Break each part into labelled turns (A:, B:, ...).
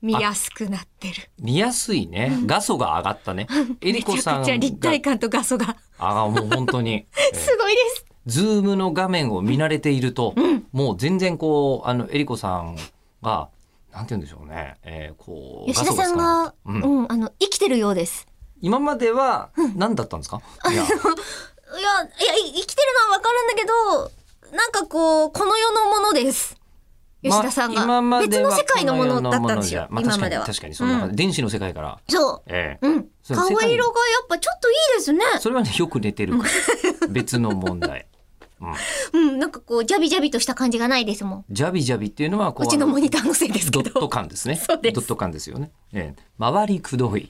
A: 見やすくなってる。
B: 見やすいね。画素が上がったね。えりこさ
A: め
B: んが。
A: ちゃくちゃ立体感と画素が
B: ああ、もう本当に。えー
A: すごいです。
B: ズームの画面を見慣れていると、もう全然こう、あの、えりこさんが、なんて言うんでしょうね。えー、こう、
C: 吉田さん
B: 画
C: が、
B: 素少
C: う
B: なかったうん
C: ん、あの、生きてるようです。
B: 今までは、何だったんですか、いや、
C: いや、いや、い生きてるのはわかるんだけど、なんかこう、この世のものです。 吉田さんが。
B: まあ今まで
C: 別
B: は
C: の世界のものだったんですよ。
B: この世のものじゃまあ
C: 今
B: 確
C: ま
B: かに
C: では。
B: 確かに、そんな感じ、
C: うん
B: 電子の世界から。
C: そ
B: ええ
C: う。うん。
B: それ世界
C: 顔
B: に
C: 色がやっぱちょっといいですね。
B: それはね、よく寝て るから。別の問題。うん。
C: うん、なんかこう、ジャビジャビとした感じがないですもん。
B: ジャビジャビっていうのは、こ
C: うちの
B: あの
C: モニターのせいです
B: ド
C: け
B: ッ ト
C: ど。
B: 感ですね。
C: そうです
B: ドット感ですよね。ええ、回りくどい。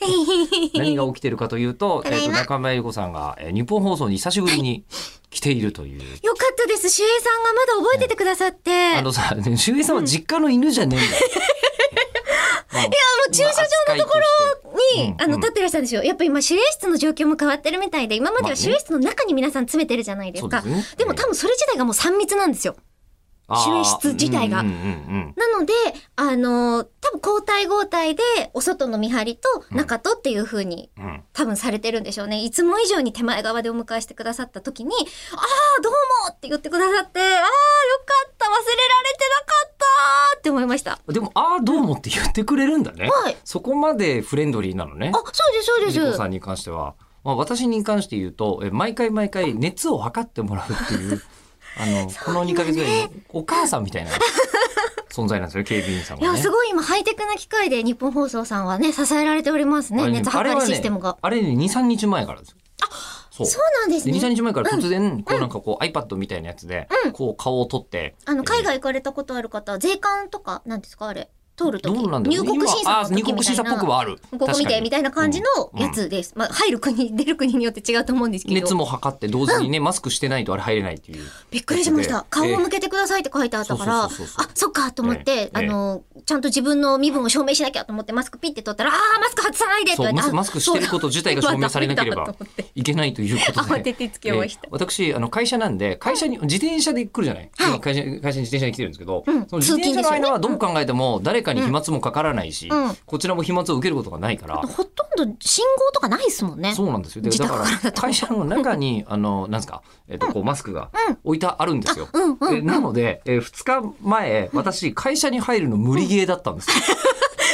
B: 何が起きてるかというと、
C: た
B: え
C: だ
B: っ
C: い
B: と
C: ま
B: 中村ゆり子さんが、えー日本放送に久しぶりに来ているという。
C: よかったです。主演さんがまだ覚えててくださって。
B: あのさ、ね周平さんは実家の犬じゃ ねえんだよ。いや、もう
C: 駐車
B: 場のところ
C: に、
B: うん
C: あ
B: う
C: の、
B: ん
C: 立ってらっしゃるんですよ。やっぱ今、守衛室の状況も変わってるみたいで、今まで
B: まあ
C: は
B: ね
C: 守衛室の中に皆さん詰めてるじゃないですか。
B: そうですね
C: でも多分それ自体がもう3密なんですよ。守衛室自体が
B: うんうんうん
C: なので、あのー多分交代交代で、お外の見張りと中とっていう風に、
B: うんうん
C: 多分されてるんでしょうね。いつも以上に手前側でお迎えしてくださった時に、ああ、どうもって言ってくださって、ああ、よかった、忘れられてなかったって思いました。あ、
B: でも、ああ、どうもって言ってくれるんだね。
C: はい
B: そこまでフレンドリーなのね。
C: そうです、そうで
B: ゆりこ
C: す。
B: さんに関しては、まあ、私に関して言うとえ毎回毎回熱を測ってもらうっていう あのこの2ヶ月ぐらいのお母さんみたいな存在なんですよ警備員さん
C: い
B: が
C: や、
B: ね
C: す。ごい今、ハイテクな機械で日本放送さんはね、支えられております
B: あ
C: ね。
B: れね
C: 熱
B: あれ
C: 測
B: は
C: り
B: ね
C: システムが。
B: あれね23日前からですよ。そう
C: そうなんです
B: で
C: ね。
B: 23日前から突然こうなんかこう iPad みたいなやつでこう顔を撮って、
C: あの、海外行かれたことある方は、税関とか、なんですかあれ。通るとき。
B: どうなんだろ
C: 入
B: う
C: 国審査の
B: 今あ入
C: 時み
B: 国
C: た
B: 審
C: い
B: 査
C: な。
B: っぽくはある
C: ここ見て、みたいな感じのや、
B: 確かに
C: つです。まあ、入る国、出る国によって違うと思うんです
B: う
C: け
B: ん
C: ど。
B: 熱も測って同時にねマスクしてないとあれ入れないっていう
C: びっくりしました。
B: え
C: 顔
B: え
C: を向けてくださいって書いてあったから、
B: そうそうそうそう
C: あ、そっかと思っ
B: ええ
C: て、あの、ちゃんと自分の身分を証明しなきゃと思ってマスクピッて取ったら、あー、マスク外さないでって言
B: そう
C: われ
B: マ
C: て。
B: ス
C: あ
B: マスクしてること自体が証明されなけ ればいけないということで
C: 慌ててつけました
B: えー私あの会社なんで会社に自転車で来るじゃない、
C: はい
B: 今会社会社に自転車に来てるんですけど、
C: うん
B: その自転車
C: 通勤です
B: の
C: よね
B: 間はどう考えても誰かに飛沫もかからないし、
C: うん
B: こちらも飛沫を受けることがないから、
C: ほとんど信号とかないですもんね。
B: そうなんですよで
C: 自
B: だ
C: 宅
B: か
C: から
B: ら会社の中にあのなんですか、えっとこうマスクが置いてあるんですよ。
C: うんうん
B: でなので、えー、2日前私会社に入るの無理ゲーだったんですよ。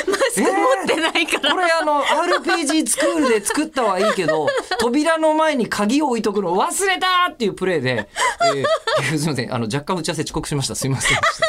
B: マス ク持
C: でないから。
B: これあの RPG スクールで作ったはいいけど扉の前に鍵を置いとくの忘れたっていうプレーで、えーすみませんあの若干打ち合わせ遅刻しましたすみませんでした